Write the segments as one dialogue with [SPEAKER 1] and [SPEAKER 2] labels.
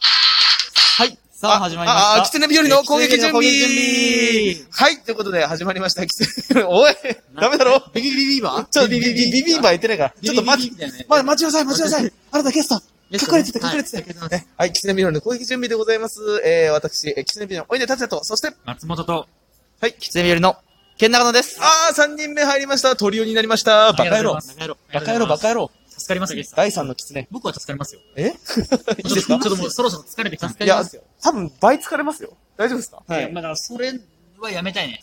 [SPEAKER 1] はい。さあ、始まりました。
[SPEAKER 2] あ、あ、キツネ日和の攻撃準備
[SPEAKER 1] キツネ日和の攻撃準
[SPEAKER 2] は
[SPEAKER 1] 備
[SPEAKER 2] い、ということで始まりました。キツネ、おいダメだろ
[SPEAKER 1] ビビビビビーバー
[SPEAKER 2] ちょっとビビビビビーバー言ってないから。ちょっと待って、
[SPEAKER 1] ビビビビビだよね
[SPEAKER 2] ま、待ちなさい、待ちなさい。あなたゲスト
[SPEAKER 1] ゲストね
[SPEAKER 2] 隠れてた、
[SPEAKER 1] はい
[SPEAKER 2] 隠れてた
[SPEAKER 1] 隠れてま。
[SPEAKER 2] ねはい、キツネ日和の攻撃準備でございます。えー、私、えキツネ日和のおいで達也と、そして、
[SPEAKER 1] 松本と。
[SPEAKER 2] はい、
[SPEAKER 3] キツネミよりの、ケンナガノです。
[SPEAKER 2] あー、3人目入りました。トリオになりました。バカ野郎。バカ野郎、バカ野郎。
[SPEAKER 1] 助かりますよ、ゲスト
[SPEAKER 2] 第3のキツネ。
[SPEAKER 1] 僕は助かりますよ。
[SPEAKER 2] えい
[SPEAKER 1] ち
[SPEAKER 2] い
[SPEAKER 1] ょ
[SPEAKER 2] で
[SPEAKER 1] っ
[SPEAKER 2] すか
[SPEAKER 1] とちょっともうそろそろ疲れてきたんで。
[SPEAKER 2] いや、多分倍疲れますよ。大丈夫ですか
[SPEAKER 1] いや、まあだからそれはやめたいね。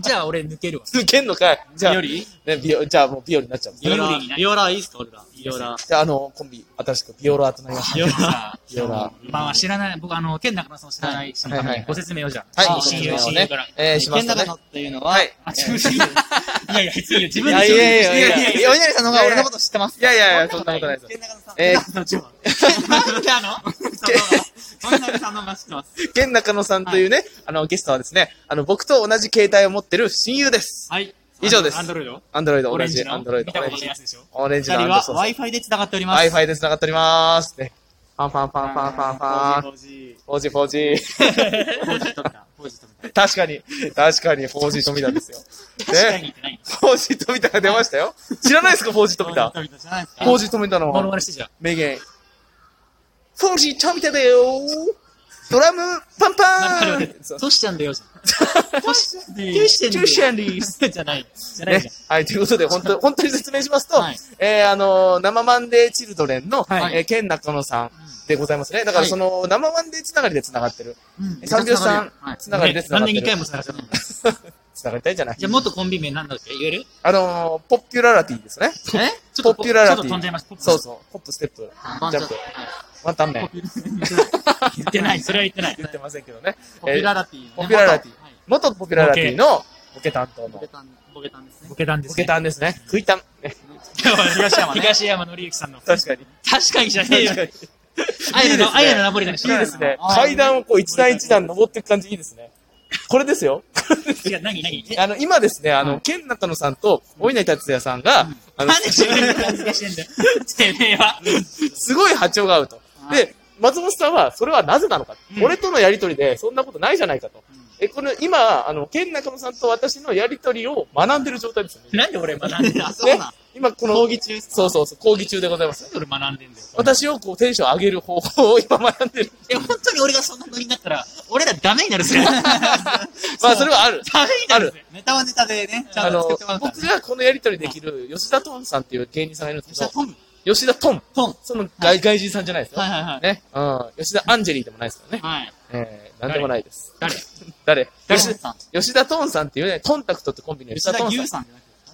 [SPEAKER 1] じゃあ俺抜けるわ。
[SPEAKER 2] 続けんのかい。じゃあ、
[SPEAKER 1] よ
[SPEAKER 2] ね、
[SPEAKER 1] り
[SPEAKER 2] ビオ、じゃあもうビオになっちゃうんですね
[SPEAKER 1] ビオラ
[SPEAKER 3] ビオラいいっすか、俺ら。
[SPEAKER 1] いろいろ。
[SPEAKER 2] じゃあ、あの、コンビ、新しくビオラーとなりました。
[SPEAKER 1] よら。
[SPEAKER 2] ビオラー。
[SPEAKER 1] まあ知らない、僕あの、県中野さんを知らない人のためにご説明をじゃあ。
[SPEAKER 2] はい、
[SPEAKER 1] 親
[SPEAKER 2] 親
[SPEAKER 1] 友、
[SPEAKER 2] 友
[SPEAKER 1] 親
[SPEAKER 2] ね
[SPEAKER 1] 友から。。
[SPEAKER 2] えー、しま
[SPEAKER 3] ケン
[SPEAKER 2] す
[SPEAKER 3] ナガ
[SPEAKER 2] ね
[SPEAKER 3] ノ。っていうのは、
[SPEAKER 2] はい。
[SPEAKER 1] あ、違う、いやいや、別にいいよ自
[SPEAKER 3] い
[SPEAKER 1] 分
[SPEAKER 3] や
[SPEAKER 1] で
[SPEAKER 3] いやいやいや
[SPEAKER 2] いやいやいや
[SPEAKER 3] いや、お稲荷さんの方が俺のこと知ってます。
[SPEAKER 2] いやいやいや、そんなことないです。
[SPEAKER 3] ケンナガノさん。
[SPEAKER 2] え
[SPEAKER 1] なんであの
[SPEAKER 3] お稲荷さんの方が知ってます。
[SPEAKER 2] ー、ケンナカノさんというね、あの、ゲストはですね、あの、僕と同じ携帯を持ってる親友です。
[SPEAKER 1] はい。
[SPEAKER 2] 以上です
[SPEAKER 1] アンドロイド
[SPEAKER 2] アンドロイド、
[SPEAKER 1] オ
[SPEAKER 2] 同
[SPEAKER 1] レンジ
[SPEAKER 2] じ、
[SPEAKER 1] の
[SPEAKER 2] アンドロイド
[SPEAKER 1] 見、たことないやつでしょ
[SPEAKER 2] オレンジ
[SPEAKER 3] 二
[SPEAKER 2] の
[SPEAKER 3] 人
[SPEAKER 2] アンド
[SPEAKER 3] は
[SPEAKER 2] ロイ
[SPEAKER 3] Wi-Fi で繋がっております。
[SPEAKER 2] ド。Wi-Fi で繋がっております。ね。パンパンパンパンパンパン。
[SPEAKER 3] 4G
[SPEAKER 2] 4G、4G。
[SPEAKER 3] 4G 取った。4G 取った。
[SPEAKER 2] 確かに、確かに 4G 富田ですよ。
[SPEAKER 1] 確かに
[SPEAKER 2] ね。
[SPEAKER 1] ってない。
[SPEAKER 2] 4G 富田が出ましたよ。知らないですか、4G 富 田。
[SPEAKER 3] 4G じゃないですか。
[SPEAKER 2] 4G 富田の
[SPEAKER 1] モノマネしてじゃあ。
[SPEAKER 2] 名言。フォージー富田だよドラム、パン パンそう
[SPEAKER 1] トシちゃんだよじ ゃん。トシちゃんだよ。
[SPEAKER 2] トシちゃん
[SPEAKER 1] でじゃない。じゃない
[SPEAKER 2] ね
[SPEAKER 1] じゃん。、
[SPEAKER 2] はい、ということで、本当、本当に説明しますと、
[SPEAKER 1] はい
[SPEAKER 2] えー、あのー生マンデーチルドレンの、
[SPEAKER 1] はい
[SPEAKER 2] えー、ケン中野さんでございますね。だから、その、生マンデーつながりでつながってる。三拍子さんつながりでつながって
[SPEAKER 1] 何
[SPEAKER 2] る。
[SPEAKER 1] 年2回もつながってる。
[SPEAKER 2] つながりたいじゃない
[SPEAKER 1] じ。ゃあ、元コンビ名なんだっけ言える
[SPEAKER 2] あのーポピュララティですね。
[SPEAKER 1] えち
[SPEAKER 2] ポピュララ
[SPEAKER 1] ちょっと
[SPEAKER 2] テ
[SPEAKER 1] 飛んじゃい
[SPEAKER 2] ィ。
[SPEAKER 1] ます。ポップ
[SPEAKER 2] そうそう。ポップ、ステップ、ジャンプ。ワンタンメン。
[SPEAKER 1] 言ってない。それは言ってない。
[SPEAKER 2] 言ってませんけどね。
[SPEAKER 3] ポピュララティのね。
[SPEAKER 2] ポピュララティ
[SPEAKER 3] はい。
[SPEAKER 2] 元ポピュララティのボケ担当の
[SPEAKER 3] ボケ、たん、ボケたんですね
[SPEAKER 1] ボ。ケたんで
[SPEAKER 2] ボ
[SPEAKER 1] す
[SPEAKER 2] ケ
[SPEAKER 1] ね。
[SPEAKER 2] 担ですね。食い担。ね
[SPEAKER 1] 東山。東山紀之さんの。
[SPEAKER 2] 確かに。
[SPEAKER 1] 確かにじゃねえよ
[SPEAKER 2] 確。かに。
[SPEAKER 1] アイナの、アイナのナポリタン
[SPEAKER 2] いいですね。
[SPEAKER 3] はい
[SPEAKER 2] 階段をこう一段一段登っていく感じいいですね。これですよ。
[SPEAKER 1] いや、何何
[SPEAKER 2] あの、今ですね、あの、ケンナカノさんと、お稲荷達也さんが、あの、
[SPEAKER 1] なんで自分で恥ずかしいんだよ。てめえは。
[SPEAKER 2] すごい波長が合うと。で、松本さんは、それはなぜなのか。俺とのやりとりで、そんなことないじゃないかと。え、この、今、あの、ケンナカノさんと私のやりとりを学んでる状態ですよね。
[SPEAKER 1] なんで俺学んでんだ
[SPEAKER 3] あ、そう
[SPEAKER 2] ね
[SPEAKER 3] なん。
[SPEAKER 2] 今、この、講義中そうそうそう、講義中でございます。
[SPEAKER 1] 俺学んでんだよ。
[SPEAKER 2] 私をこう、テンション上げる方法を今学んでる。
[SPEAKER 1] え、本当に俺がそんなノリになったら、俺らダメになるぜ。 ダメ
[SPEAKER 2] まあ、それはある。
[SPEAKER 1] になるぜ。
[SPEAKER 3] ネタはネタでね、ちゃ
[SPEAKER 2] あ
[SPEAKER 3] んと
[SPEAKER 2] の
[SPEAKER 3] 作ってもらう、から。
[SPEAKER 2] 僕がこのやりとりできる、吉田トンさんっていう芸人さんがいるんです
[SPEAKER 3] じ
[SPEAKER 2] け
[SPEAKER 3] ゃあ、
[SPEAKER 2] ど、
[SPEAKER 3] トム。
[SPEAKER 2] 吉田トン。
[SPEAKER 3] トン。
[SPEAKER 2] その外外人さんじゃないですよ。
[SPEAKER 3] はいはいはい。
[SPEAKER 2] ね。うん。吉田アンジェリーでもないですからね。
[SPEAKER 3] はい。
[SPEAKER 2] えー、なんでもないです。
[SPEAKER 1] 誰
[SPEAKER 2] 誰
[SPEAKER 3] 誰
[SPEAKER 2] 吉
[SPEAKER 3] さん。
[SPEAKER 2] 吉田トーンさんっていうね、コンタクトってコンビニの吉
[SPEAKER 3] 吉
[SPEAKER 2] 田ト
[SPEAKER 3] 田
[SPEAKER 2] ーンさん。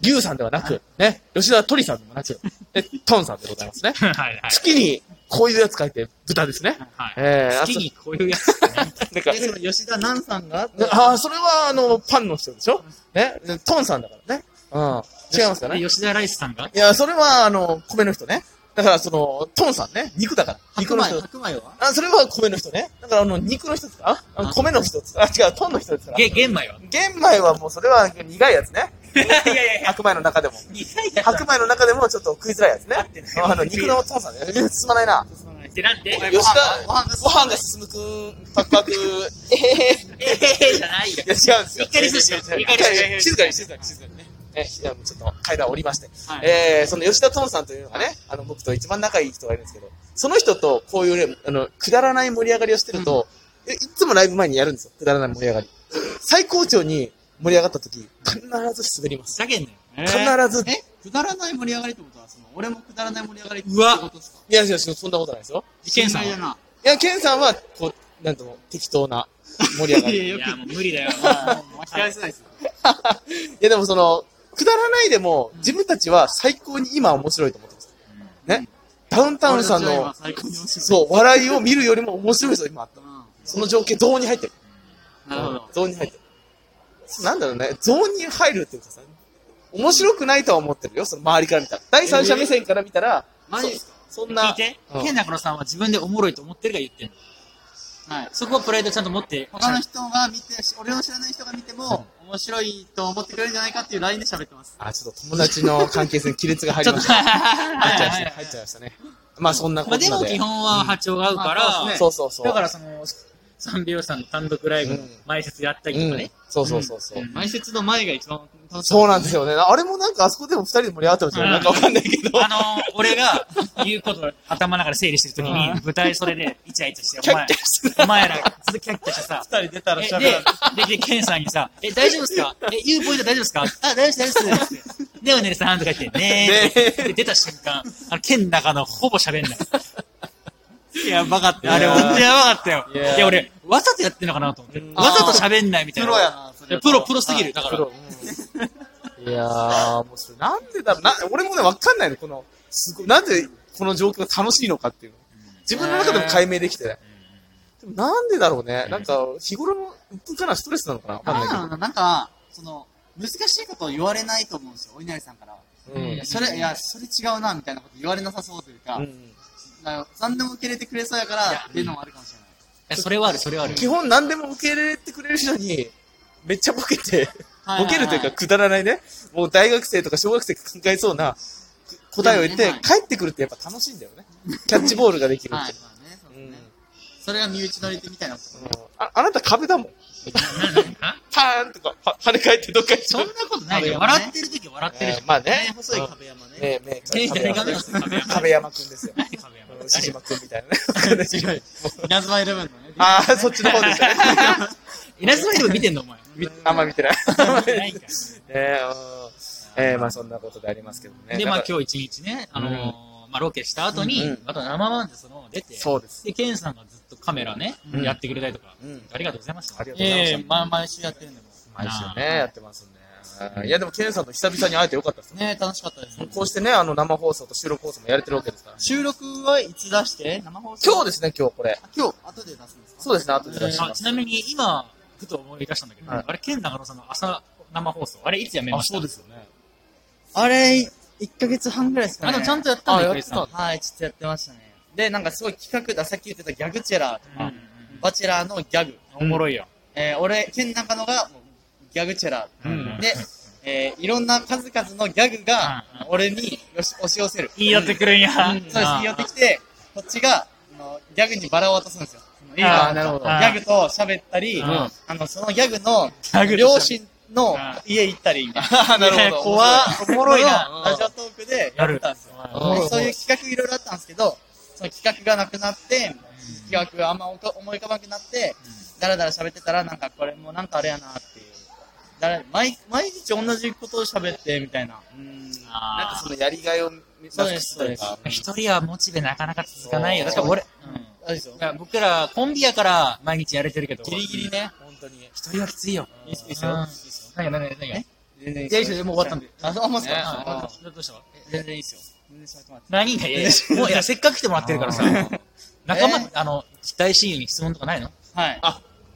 [SPEAKER 3] 牛
[SPEAKER 2] 牛さ
[SPEAKER 3] さんじゃなくて。
[SPEAKER 2] んではなく、ね。吉田鳥さんでもなく、え、トーンさんでございますね。
[SPEAKER 1] はいはい。
[SPEAKER 2] 月にこういうやつ書いて、豚ですね。
[SPEAKER 1] はい。
[SPEAKER 2] えー、あ
[SPEAKER 1] 好
[SPEAKER 2] と
[SPEAKER 1] き、にこういうやつってね。
[SPEAKER 2] なんか
[SPEAKER 3] で、、その吉田南さんが、
[SPEAKER 2] ああ、それはあの、パンの人でしょね。トーンさんだからね。うん。違いますかね。
[SPEAKER 1] 吉田ライスさんが
[SPEAKER 2] いや、それはあの、米の人ね。だからその、トーンさんね。肉だから。
[SPEAKER 3] 白
[SPEAKER 2] 肉の
[SPEAKER 3] 米、
[SPEAKER 2] 人。
[SPEAKER 3] 白米は
[SPEAKER 2] あ、それは米の人ね。だからあの、肉の人ですかあの米の人ですかあ、違う、トンの人ですか
[SPEAKER 1] げ、玄米は。
[SPEAKER 2] 玄米はもうそれは苦いやつね。
[SPEAKER 1] いやいやいや。
[SPEAKER 2] 白米の中でも。
[SPEAKER 1] 苦い や
[SPEAKER 2] 白米の中でもちょっと食いづらいやつね。
[SPEAKER 1] ない
[SPEAKER 2] あの、肉のトンさんね。進まないな。
[SPEAKER 1] ってなんで
[SPEAKER 2] 吉田、
[SPEAKER 3] ご飯が
[SPEAKER 2] ご飯が進むくん、パクパク。えへへ。
[SPEAKER 1] ええじゃないよ。
[SPEAKER 2] いや、違うんですよ。
[SPEAKER 1] 一回リスしよう
[SPEAKER 2] 違う違う
[SPEAKER 1] 一回リス
[SPEAKER 2] い
[SPEAKER 1] しよう
[SPEAKER 2] やいや静かに、静かに、静かにね。え、いや、もうちょっと階段降りまして。
[SPEAKER 3] はい
[SPEAKER 2] えー、その吉田トンさんというのがね、あの、僕と一番仲いい人がいるんですけど、その人とこういうね、あの、くだらない盛り上がりをしてると、えいつもライブ前にやるんですよ、くだらない盛り上がり。最高潮に盛り上がった時、必ず滑ります。
[SPEAKER 1] ふざけんなよ。
[SPEAKER 2] 必ず。
[SPEAKER 3] えくだらない盛り上がりってことは、その、俺もくだらない盛り上がりって
[SPEAKER 1] うわ
[SPEAKER 3] ことですか
[SPEAKER 2] いやいや、そんなことないですよ。
[SPEAKER 1] 事件さん
[SPEAKER 3] 心外だな。
[SPEAKER 2] いや、ケンさんは、こう、なんとも適当な盛り上がり。い
[SPEAKER 1] いや、もう無理だよ。
[SPEAKER 3] もう期待せないですよ。
[SPEAKER 2] や、でもその、くだらないでも、自分たちは最高に今面白いと思ってます。ね。ダウンタウンさ
[SPEAKER 3] 俺
[SPEAKER 2] ん
[SPEAKER 3] たちは
[SPEAKER 2] の
[SPEAKER 3] 今、最高に面白い。
[SPEAKER 2] そう、笑いを見るよりも面白いぞ、今あった。その情景、ゾーンに入ってる。
[SPEAKER 3] うん。なるほど。
[SPEAKER 2] ゾーンに入ってる。なんだろうね、ゾーンに入るっていうかさ、面白くないとは思ってるよ、その周りから見たら。第三者目線から見たら、
[SPEAKER 3] マジですか
[SPEAKER 2] そん
[SPEAKER 1] 聞い
[SPEAKER 2] な、
[SPEAKER 1] て
[SPEAKER 2] う。ん
[SPEAKER 1] 変なこのさんは自分でおもろいと思ってるから言ってんの。
[SPEAKER 3] はい。
[SPEAKER 1] そこはプライドちゃんと持って。
[SPEAKER 3] 他の人が見て、俺の知らない人が見ても、面白いと思ってくれるんじゃないかっていうラインで喋ってます。
[SPEAKER 2] あ、ちょっと友達の関係性に亀裂が入
[SPEAKER 1] ち
[SPEAKER 2] り
[SPEAKER 1] ょっ
[SPEAKER 2] まし
[SPEAKER 1] と、
[SPEAKER 2] た。
[SPEAKER 1] は
[SPEAKER 2] 入っちゃいました
[SPEAKER 1] いはいは
[SPEAKER 2] ね
[SPEAKER 1] い。
[SPEAKER 2] 入っちゃいましたね。まあそんなこ
[SPEAKER 1] まあ
[SPEAKER 2] と
[SPEAKER 1] で
[SPEAKER 2] な
[SPEAKER 1] も
[SPEAKER 2] んで
[SPEAKER 1] 基。本は波長が合うか
[SPEAKER 4] うんまあそう
[SPEAKER 1] ら、
[SPEAKER 4] ですね
[SPEAKER 2] そうそうそう。
[SPEAKER 4] だからその、三拍子さんの単独ライブの前説やったりとかね。
[SPEAKER 2] そうそうそうそう。
[SPEAKER 1] うん
[SPEAKER 4] 前説の前が一番楽しい。
[SPEAKER 2] そうなんですよね。あれもなんかあそこでも二人で盛り上がってましたよね。
[SPEAKER 1] うん
[SPEAKER 2] なんかわかんないけど。
[SPEAKER 1] あのー、俺が言うことを頭の中で整理してるときに、舞台袖でイチャイチャして、お前、お前ら、ずっとキャッキャしてさ、
[SPEAKER 3] 二人出たら
[SPEAKER 1] え
[SPEAKER 3] 喋らん。
[SPEAKER 1] で、で、で、ケンさんにさ、え、大丈夫ですかえ、言うポイント大丈夫ですかあ、大丈夫です、大丈夫です。ってねおねるさんとか言って、ねえって。で、出た瞬間、あの、ケンの中のほぼ喋んない。
[SPEAKER 3] やばかっ
[SPEAKER 1] あれ、ほんとやばかったよ
[SPEAKER 3] いや。ー
[SPEAKER 1] いや、俺、わざとやってんのかなと思って。
[SPEAKER 2] うん
[SPEAKER 1] わざと喋んないみたい
[SPEAKER 3] プ
[SPEAKER 1] な。
[SPEAKER 3] ロやな、そ
[SPEAKER 1] いや
[SPEAKER 3] れ。
[SPEAKER 1] プロ、プロすぎる。だか
[SPEAKER 2] プ
[SPEAKER 1] ら。
[SPEAKER 2] ロうんいやー、もうそれなんでだろうな、俺もね、わかんないの、この、すごい、なんでこの状況が楽しいのかっていうの。自分の中でも解明できてない。でもなんでだろうね。なんか、日頃の、うっかなストレスなのかなわかん
[SPEAKER 3] なんだろ
[SPEAKER 2] な
[SPEAKER 3] うな、なんか、その、難しいことを言われないと思うんですよ、お稲荷さんからは。
[SPEAKER 2] いけど。
[SPEAKER 3] いや、それ、いや、それ違うな、みたいなこと言われなさそうというか、
[SPEAKER 2] う
[SPEAKER 3] なんんか残念も受け入れてくれそうやから、っていうのもあるかもしれない。
[SPEAKER 1] えそれはある、それはあ
[SPEAKER 2] う
[SPEAKER 1] る
[SPEAKER 2] ん。基本何でも受け入れてくれる人に、めっちゃボケて、
[SPEAKER 3] はい
[SPEAKER 2] ボケるというか、くだらないね。もう大学生とか小学生が考えそうな答えを言って
[SPEAKER 3] うんうん、
[SPEAKER 2] 帰ってくるってやっぱ楽しいんだよね。キャッチボールができる
[SPEAKER 3] はい、は
[SPEAKER 2] っ
[SPEAKER 3] い
[SPEAKER 2] て。
[SPEAKER 3] まあね、そう
[SPEAKER 2] う
[SPEAKER 3] です
[SPEAKER 2] ん
[SPEAKER 3] ね。それが身内乗り手みたいなこと。
[SPEAKER 2] ああなた壁だもん。パーンとか、は跳ね返ってどっか行っち
[SPEAKER 1] そ
[SPEAKER 2] ゃ
[SPEAKER 1] ん
[SPEAKER 2] う
[SPEAKER 1] な。ことないよ。
[SPEAKER 3] 壁はね
[SPEAKER 1] 笑ってるとき笑ってるじゃん。
[SPEAKER 2] まあ
[SPEAKER 3] ね
[SPEAKER 2] ね、。
[SPEAKER 3] 細い壁山ね。
[SPEAKER 2] ねね壁
[SPEAKER 1] え誰が
[SPEAKER 2] 山
[SPEAKER 1] 壁
[SPEAKER 2] ね
[SPEAKER 1] 山
[SPEAKER 2] 壁山くんですよ。
[SPEAKER 1] 壁
[SPEAKER 2] あ
[SPEAKER 1] 山
[SPEAKER 2] の牛島くんみたいなね。わかんないけど
[SPEAKER 3] 稲妻イレブンのね。
[SPEAKER 2] ああ、そっちの方ですよね。
[SPEAKER 1] 稲妻イレブン見てんの、お 前。
[SPEAKER 2] みあんま見てない。
[SPEAKER 1] ないんか
[SPEAKER 2] ねえ、うんえーまあそんなことでありますけどね。
[SPEAKER 1] で、ま
[SPEAKER 2] なん
[SPEAKER 1] あ
[SPEAKER 2] か
[SPEAKER 1] 今日一日ね、あのーまあロケした後に、
[SPEAKER 2] うんうん
[SPEAKER 1] また生マンでその出て、
[SPEAKER 2] そうです。
[SPEAKER 1] で、ケンさんがずっとカメラね、
[SPEAKER 2] うん
[SPEAKER 1] やってくれたりとか、
[SPEAKER 2] うん
[SPEAKER 1] ありがとうございました。
[SPEAKER 2] ありがとうございま
[SPEAKER 3] え
[SPEAKER 2] し
[SPEAKER 3] え、まあ、毎週やってるんでもう。
[SPEAKER 2] た。毎週
[SPEAKER 1] あー
[SPEAKER 2] ね、やってますんで。あーいや、でも、ケンさんと久々に会えてよかったですね。
[SPEAKER 3] ね楽しかったです。
[SPEAKER 2] こうしてね、あの、生放送と収録放送もやれてるわけですから。
[SPEAKER 3] 収録はいつ出して生放送
[SPEAKER 2] 今日ですね、今日これ。
[SPEAKER 3] あ今日、後で出すんですか
[SPEAKER 2] そうですね、後で出し
[SPEAKER 1] あ
[SPEAKER 2] ま
[SPEAKER 1] ち
[SPEAKER 2] す。
[SPEAKER 1] なみに今、ふと思い出したんだけど、
[SPEAKER 2] はい
[SPEAKER 1] あれ、ケン長野さんの朝生放送、あれいつやめました
[SPEAKER 2] ですよね。
[SPEAKER 4] あれ、1ヶ月半ぐらいです
[SPEAKER 1] あ、でもちゃん
[SPEAKER 4] と。
[SPEAKER 1] とやったんだよ、
[SPEAKER 2] あ
[SPEAKER 1] クリスさん
[SPEAKER 2] やっ
[SPEAKER 4] はい、ちょっとやってましたね。で、なんかすごい企画だ、さっき言ってたギャグチェラーと
[SPEAKER 1] うん
[SPEAKER 4] か、
[SPEAKER 1] うん
[SPEAKER 4] バチェラーのギャグ。
[SPEAKER 1] うんおもろいよ。
[SPEAKER 4] えー俺、ケン中野がもうギャグチェラー。
[SPEAKER 1] うん
[SPEAKER 4] で、えーいろんな数々のギャグが
[SPEAKER 1] うん
[SPEAKER 4] 俺によし押し寄せる。
[SPEAKER 1] 言い寄ってくるんや。
[SPEAKER 4] そうです、言い寄ってきて、こっちが、あのギャグにバラを渡すんですよ。
[SPEAKER 1] いいな
[SPEAKER 4] あーなるほどギ
[SPEAKER 1] あー
[SPEAKER 4] ャグと喋ったり、
[SPEAKER 1] うん
[SPEAKER 4] あの、そのギャグの
[SPEAKER 1] ャグと喋る
[SPEAKER 4] 両親の
[SPEAKER 1] あ
[SPEAKER 4] 家行ったりみたい な。
[SPEAKER 2] あーなる
[SPEAKER 1] いや
[SPEAKER 2] ほ
[SPEAKER 1] 怖
[SPEAKER 2] ど。
[SPEAKER 4] お
[SPEAKER 1] い
[SPEAKER 4] も
[SPEAKER 2] ろいな
[SPEAKER 4] ラジオトークでや
[SPEAKER 1] や
[SPEAKER 4] っ
[SPEAKER 1] る
[SPEAKER 4] たんですよ。
[SPEAKER 2] おもろい
[SPEAKER 4] でそういう企画いろいろあったんですけど、その企画がなくなって、企画があんまおか思い浮かばなくなって、だらだら喋ってたら、なんかこれもうなんかあれやなっていう。だら毎毎日同じことを喋ってみたいな。
[SPEAKER 2] うん。
[SPEAKER 1] あー
[SPEAKER 2] なんかそのやりがいを見出
[SPEAKER 4] そうです
[SPEAKER 2] すというか。
[SPEAKER 1] 一人はモチベなかなか続かないよ。だから俺、うん
[SPEAKER 4] あれですよ
[SPEAKER 1] い。や僕らコンビやから毎日やれてるけど、
[SPEAKER 4] ギリギリね。
[SPEAKER 2] 本当に。
[SPEAKER 1] 一人はきついよ。
[SPEAKER 4] いいっすいいっすよ。
[SPEAKER 1] うん
[SPEAKER 4] いいっすよ
[SPEAKER 1] 何が何が何が
[SPEAKER 4] え全然いいっ
[SPEAKER 1] いやいいっすよもう終わったんで。
[SPEAKER 4] あ、そう思うんす
[SPEAKER 2] ね
[SPEAKER 4] か
[SPEAKER 1] あ
[SPEAKER 4] あ
[SPEAKER 1] どどうした
[SPEAKER 4] 全然いいっすよ。全然喋ってもらって。
[SPEAKER 1] 何がいやいやも ういや、せっかく来てもらってるからさ。仲間、あの、大親友に質問とかないの
[SPEAKER 4] はい。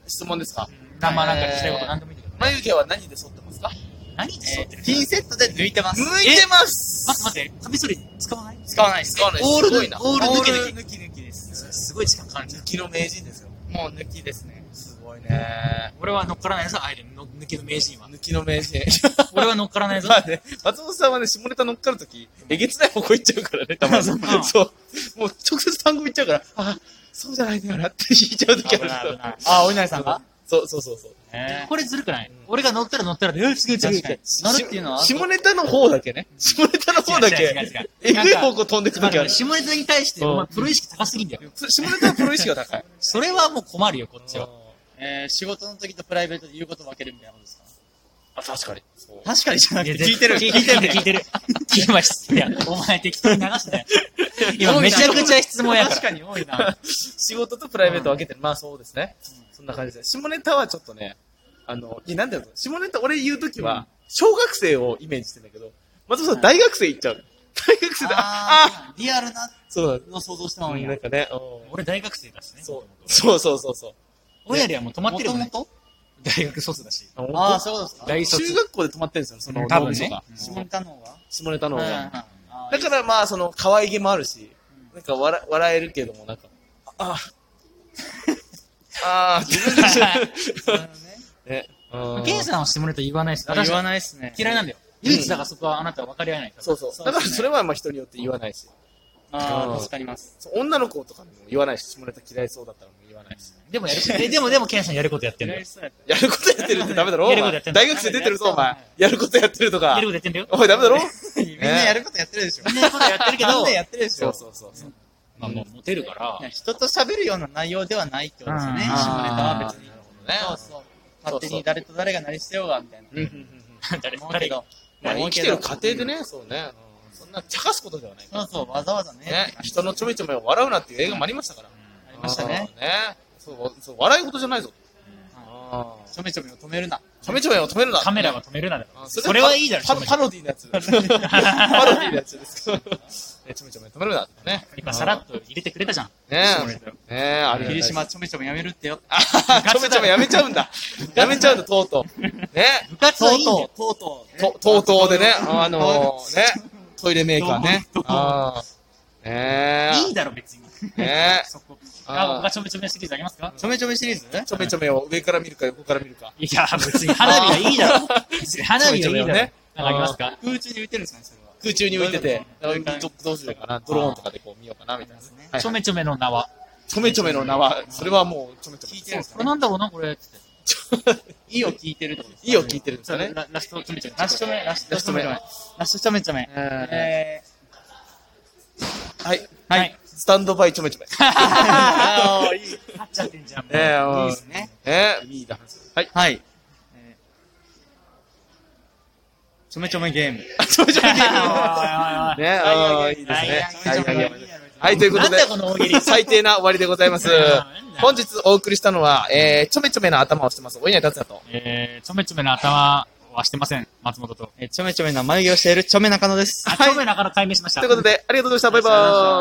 [SPEAKER 2] 質問ですか
[SPEAKER 1] あんまなんか聞きたいこと何でもいいんだけど。
[SPEAKER 2] 眉毛は何で剃ってますか
[SPEAKER 1] 何でそうって
[SPEAKER 4] え
[SPEAKER 1] る
[SPEAKER 4] ーピンセットで抜いてます。
[SPEAKER 2] 抜いてます
[SPEAKER 1] 待って待って、カミソリ使わない
[SPEAKER 4] 使わないです。
[SPEAKER 2] 使わない
[SPEAKER 4] オー
[SPEAKER 2] すごい
[SPEAKER 4] ル
[SPEAKER 2] な
[SPEAKER 4] オール抜き
[SPEAKER 1] オール
[SPEAKER 4] 抜き抜きです。
[SPEAKER 1] それすごい時間かかるじゃん。
[SPEAKER 2] 気の名人ですよ。
[SPEAKER 4] もう抜きですね。
[SPEAKER 2] すごいね。
[SPEAKER 1] 俺は乗っからないぞ、アイレンの抜きの名人は。
[SPEAKER 2] 抜きの名人。
[SPEAKER 1] 俺は乗っから ないぞ。
[SPEAKER 2] まあね、松本さんはね、下ネタ乗っかるとき、えげつない方向行っちゃうからね、たま に。
[SPEAKER 1] う ん
[SPEAKER 2] そう。もう直接単語言っちゃうから、あ、そうじゃないんだよなって引いちゃうときある
[SPEAKER 1] 危ない危ない
[SPEAKER 4] あ、お稲荷さんが
[SPEAKER 2] そうそうそうそう。
[SPEAKER 1] これずるくない
[SPEAKER 2] うん
[SPEAKER 1] 俺が乗ったら乗ったらで、え、違う違う違
[SPEAKER 4] 確
[SPEAKER 1] う。
[SPEAKER 4] かに乗るっていうのは
[SPEAKER 2] 下ネタの方だけね。下ネタの方だ
[SPEAKER 1] 違う違う違う違
[SPEAKER 2] け
[SPEAKER 1] う、
[SPEAKER 2] えぐい方向飛んでく
[SPEAKER 1] ま
[SPEAKER 2] と
[SPEAKER 1] あ
[SPEAKER 2] き
[SPEAKER 1] で
[SPEAKER 2] あ
[SPEAKER 1] もね
[SPEAKER 2] る。
[SPEAKER 1] 下ネタに対して、
[SPEAKER 2] うん
[SPEAKER 1] お前プロ意識高すぎんだよ。
[SPEAKER 2] 下ネタはプロ意識が高い。
[SPEAKER 1] それはもう困るよ、こっちは。
[SPEAKER 4] えー、仕事の時とプライベートで言うこと分けるみたいなことですか
[SPEAKER 2] あ、確かに。そう
[SPEAKER 4] 確かにじゃなくて、
[SPEAKER 1] や
[SPEAKER 4] 聞いてる。
[SPEAKER 1] 聞いてる、聞いてる。聞いました。いや、お前適当に流すなよ。今めちゃくちゃ質問やから。
[SPEAKER 4] 確かに多いな。
[SPEAKER 2] 仕事とプライベートを分けてる。まあそうですね。そんな感じです。下ネタはちょっとね、あの、いや、なんだろう。下ネタ俺言うときは、小学生をイメージしてんだけど、松本さん大学生行っちゃう。大学 生だ。ああ
[SPEAKER 4] あー、リアルな
[SPEAKER 2] そうなんで
[SPEAKER 4] の想像した
[SPEAKER 2] す
[SPEAKER 4] ままや
[SPEAKER 2] なん。かね、うん
[SPEAKER 1] 俺大学生だしね。
[SPEAKER 2] そう。そうそうそうそう。
[SPEAKER 1] 親よりはもう止まってるもんね
[SPEAKER 4] も。とも
[SPEAKER 1] 大学卒だし。
[SPEAKER 4] とああ、そういうことですか
[SPEAKER 1] 大卒
[SPEAKER 2] 中。学校で止まってるんですよ、その
[SPEAKER 1] 多
[SPEAKER 2] 脳
[SPEAKER 1] 分
[SPEAKER 2] み
[SPEAKER 1] ね
[SPEAKER 2] そが。
[SPEAKER 4] 下ネタの方が
[SPEAKER 2] 下ネタの
[SPEAKER 4] う
[SPEAKER 2] 方
[SPEAKER 4] んうん
[SPEAKER 2] が。
[SPEAKER 4] あー
[SPEAKER 2] だからまあ、その、可愛げもあるし、なんか笑笑えるけども、なんか、ああ、ああ、
[SPEAKER 4] なるほどね
[SPEAKER 2] ね。うん
[SPEAKER 1] ケンさんは下ネタ言わないし、
[SPEAKER 4] あ
[SPEAKER 1] 私
[SPEAKER 4] 言わ
[SPEAKER 1] は
[SPEAKER 4] ないっすね。
[SPEAKER 1] 嫌いなんだよ。
[SPEAKER 2] うん
[SPEAKER 1] 唯一だからそこはあなたは分かり合えないから。
[SPEAKER 2] そうそう。だからそれはまあ人によって言わないし。
[SPEAKER 4] あ
[SPEAKER 2] うん
[SPEAKER 4] あ、助かります。
[SPEAKER 2] そう女の子とかにも言わないし、下ネタ嫌いそうだったらもう言わないし。
[SPEAKER 1] でもやる、え、でもでも、ケンさんやることやってんだよ。
[SPEAKER 2] やることやってるってダメだろお
[SPEAKER 1] やること
[SPEAKER 2] 前
[SPEAKER 1] やってんだ
[SPEAKER 2] 大学生出てるぞ、お前。やることやってると
[SPEAKER 1] や
[SPEAKER 2] か
[SPEAKER 1] る。ことやってんだよ。
[SPEAKER 2] おい、ダメだろ
[SPEAKER 4] みんなやることやってるでしょ。
[SPEAKER 1] みんなことやってるけど
[SPEAKER 4] みんな、やってるでし
[SPEAKER 2] そう
[SPEAKER 4] ょ。
[SPEAKER 2] そうそうそう。
[SPEAKER 1] まあもうモテるから、
[SPEAKER 4] 人と喋るような内容ではないってことですよね、
[SPEAKER 1] う
[SPEAKER 4] 下ネ
[SPEAKER 1] ん
[SPEAKER 4] タは別に。
[SPEAKER 2] なるほどね
[SPEAKER 4] そうそう。勝手に誰と誰が何してようが、みたいな。
[SPEAKER 2] うんうんうんうん
[SPEAKER 1] 誰
[SPEAKER 4] 思うけ
[SPEAKER 1] 誰が、
[SPEAKER 4] ど。
[SPEAKER 2] まあ、
[SPEAKER 4] 思う
[SPEAKER 2] 生
[SPEAKER 4] け
[SPEAKER 2] き
[SPEAKER 4] ど
[SPEAKER 2] てる過程で。ね、そうね。うんそんな、茶化すことではないか
[SPEAKER 4] そうそう、わざわざね。
[SPEAKER 2] ら。ね、人のちょめちょめを笑うなっていう映画もありましたから。
[SPEAKER 4] ありましたね。
[SPEAKER 2] うん。ねそう、そう、笑い事じゃないぞ。
[SPEAKER 4] ちょめちょめを止めるな。
[SPEAKER 2] ちょめちょめを止めるな。
[SPEAKER 1] カメラが止めるなら、
[SPEAKER 2] あ
[SPEAKER 1] それはいいだろ、
[SPEAKER 2] パ
[SPEAKER 1] 正直
[SPEAKER 2] パロディーのやつ。パロディーのやつです。ねちょめちょめ止めるな。ね。
[SPEAKER 1] 今さらっと入れてくれたじゃん。
[SPEAKER 2] ね
[SPEAKER 1] 下ネタを
[SPEAKER 2] え。ねえ、ありがたい
[SPEAKER 4] 霧
[SPEAKER 2] です。
[SPEAKER 4] 島ちょめちょめやめるってよ。
[SPEAKER 2] あははちょめちょめやめちゃうんだ。やめちゃうんだ、とうとう。ね。
[SPEAKER 1] 部活
[SPEAKER 4] と
[SPEAKER 1] はいういんだよ
[SPEAKER 4] と。う、とうとう。
[SPEAKER 2] と、とうとうでね。あのー、ね。トイレメーカーね。ああ。ね
[SPEAKER 1] いいだろ、別に。
[SPEAKER 2] え。ねえ。
[SPEAKER 1] そこ。あ、僕
[SPEAKER 2] あ
[SPEAKER 1] がちょめちょめシリーズありますか
[SPEAKER 4] ちょめちょめシリーズ
[SPEAKER 2] ちょめちょめを上から見るか横から見るか。
[SPEAKER 1] いや、別に花火はいいだろ。別に花火はいいだろ。
[SPEAKER 2] ちょめちょめをね
[SPEAKER 1] なんかありますか
[SPEAKER 4] 空中に浮いてるんですかね、それは。
[SPEAKER 2] 空中に浮いてて、
[SPEAKER 4] どういう感じ
[SPEAKER 2] どどうしようかな、ドローンとかでこう見ようかな、みたいな。はい
[SPEAKER 1] ちょめちょめの名は。
[SPEAKER 2] ちょめちょめの名は、それはもう、ちょめちょめ
[SPEAKER 4] 聞い
[SPEAKER 2] で
[SPEAKER 4] てるんですか
[SPEAKER 1] これ
[SPEAKER 4] ね。
[SPEAKER 1] なんだろうな、これ。
[SPEAKER 4] いいを聞いてるってことです
[SPEAKER 2] す。いいを聞いてるんです
[SPEAKER 1] そ
[SPEAKER 2] よ
[SPEAKER 1] れ
[SPEAKER 2] ね。
[SPEAKER 1] ララストちょめちょめ。
[SPEAKER 4] ラッシュちょめ、ラッシュちょめ。
[SPEAKER 2] ラ
[SPEAKER 4] ラッシュちょめちょめ。え
[SPEAKER 2] はい。
[SPEAKER 4] ー、は
[SPEAKER 1] はいい。
[SPEAKER 2] スタンドバイちょめちょめ。
[SPEAKER 4] ああ、いい。い
[SPEAKER 1] 勝っちゃってんじゃん。もう
[SPEAKER 2] ええ、
[SPEAKER 4] い
[SPEAKER 2] も
[SPEAKER 4] で
[SPEAKER 2] う
[SPEAKER 4] すね。
[SPEAKER 2] ええ、いいだ。はい。
[SPEAKER 4] はい。えーちょめちょめゲーム。
[SPEAKER 2] ちょめちょめゲー
[SPEAKER 1] おいおいおい
[SPEAKER 2] ム。ね、ああ、いいですね。はい、はいはいはい、というこ
[SPEAKER 1] な
[SPEAKER 2] と
[SPEAKER 1] ん
[SPEAKER 2] で
[SPEAKER 1] だ、よこの大喜利。
[SPEAKER 2] 最低な終わりでござい ます。本日お送りしたのは、えー、ちょめちょめの頭をしてます、お稲荷達也と。
[SPEAKER 1] えー、ちょめちょめの頭はしてません。松本と。
[SPEAKER 4] えーちょめちょめな眉毛をしているちょめ中野です。
[SPEAKER 1] あ、ちょめ中の解明しました
[SPEAKER 2] という。ことで、ありがとうございました。バイバーイ。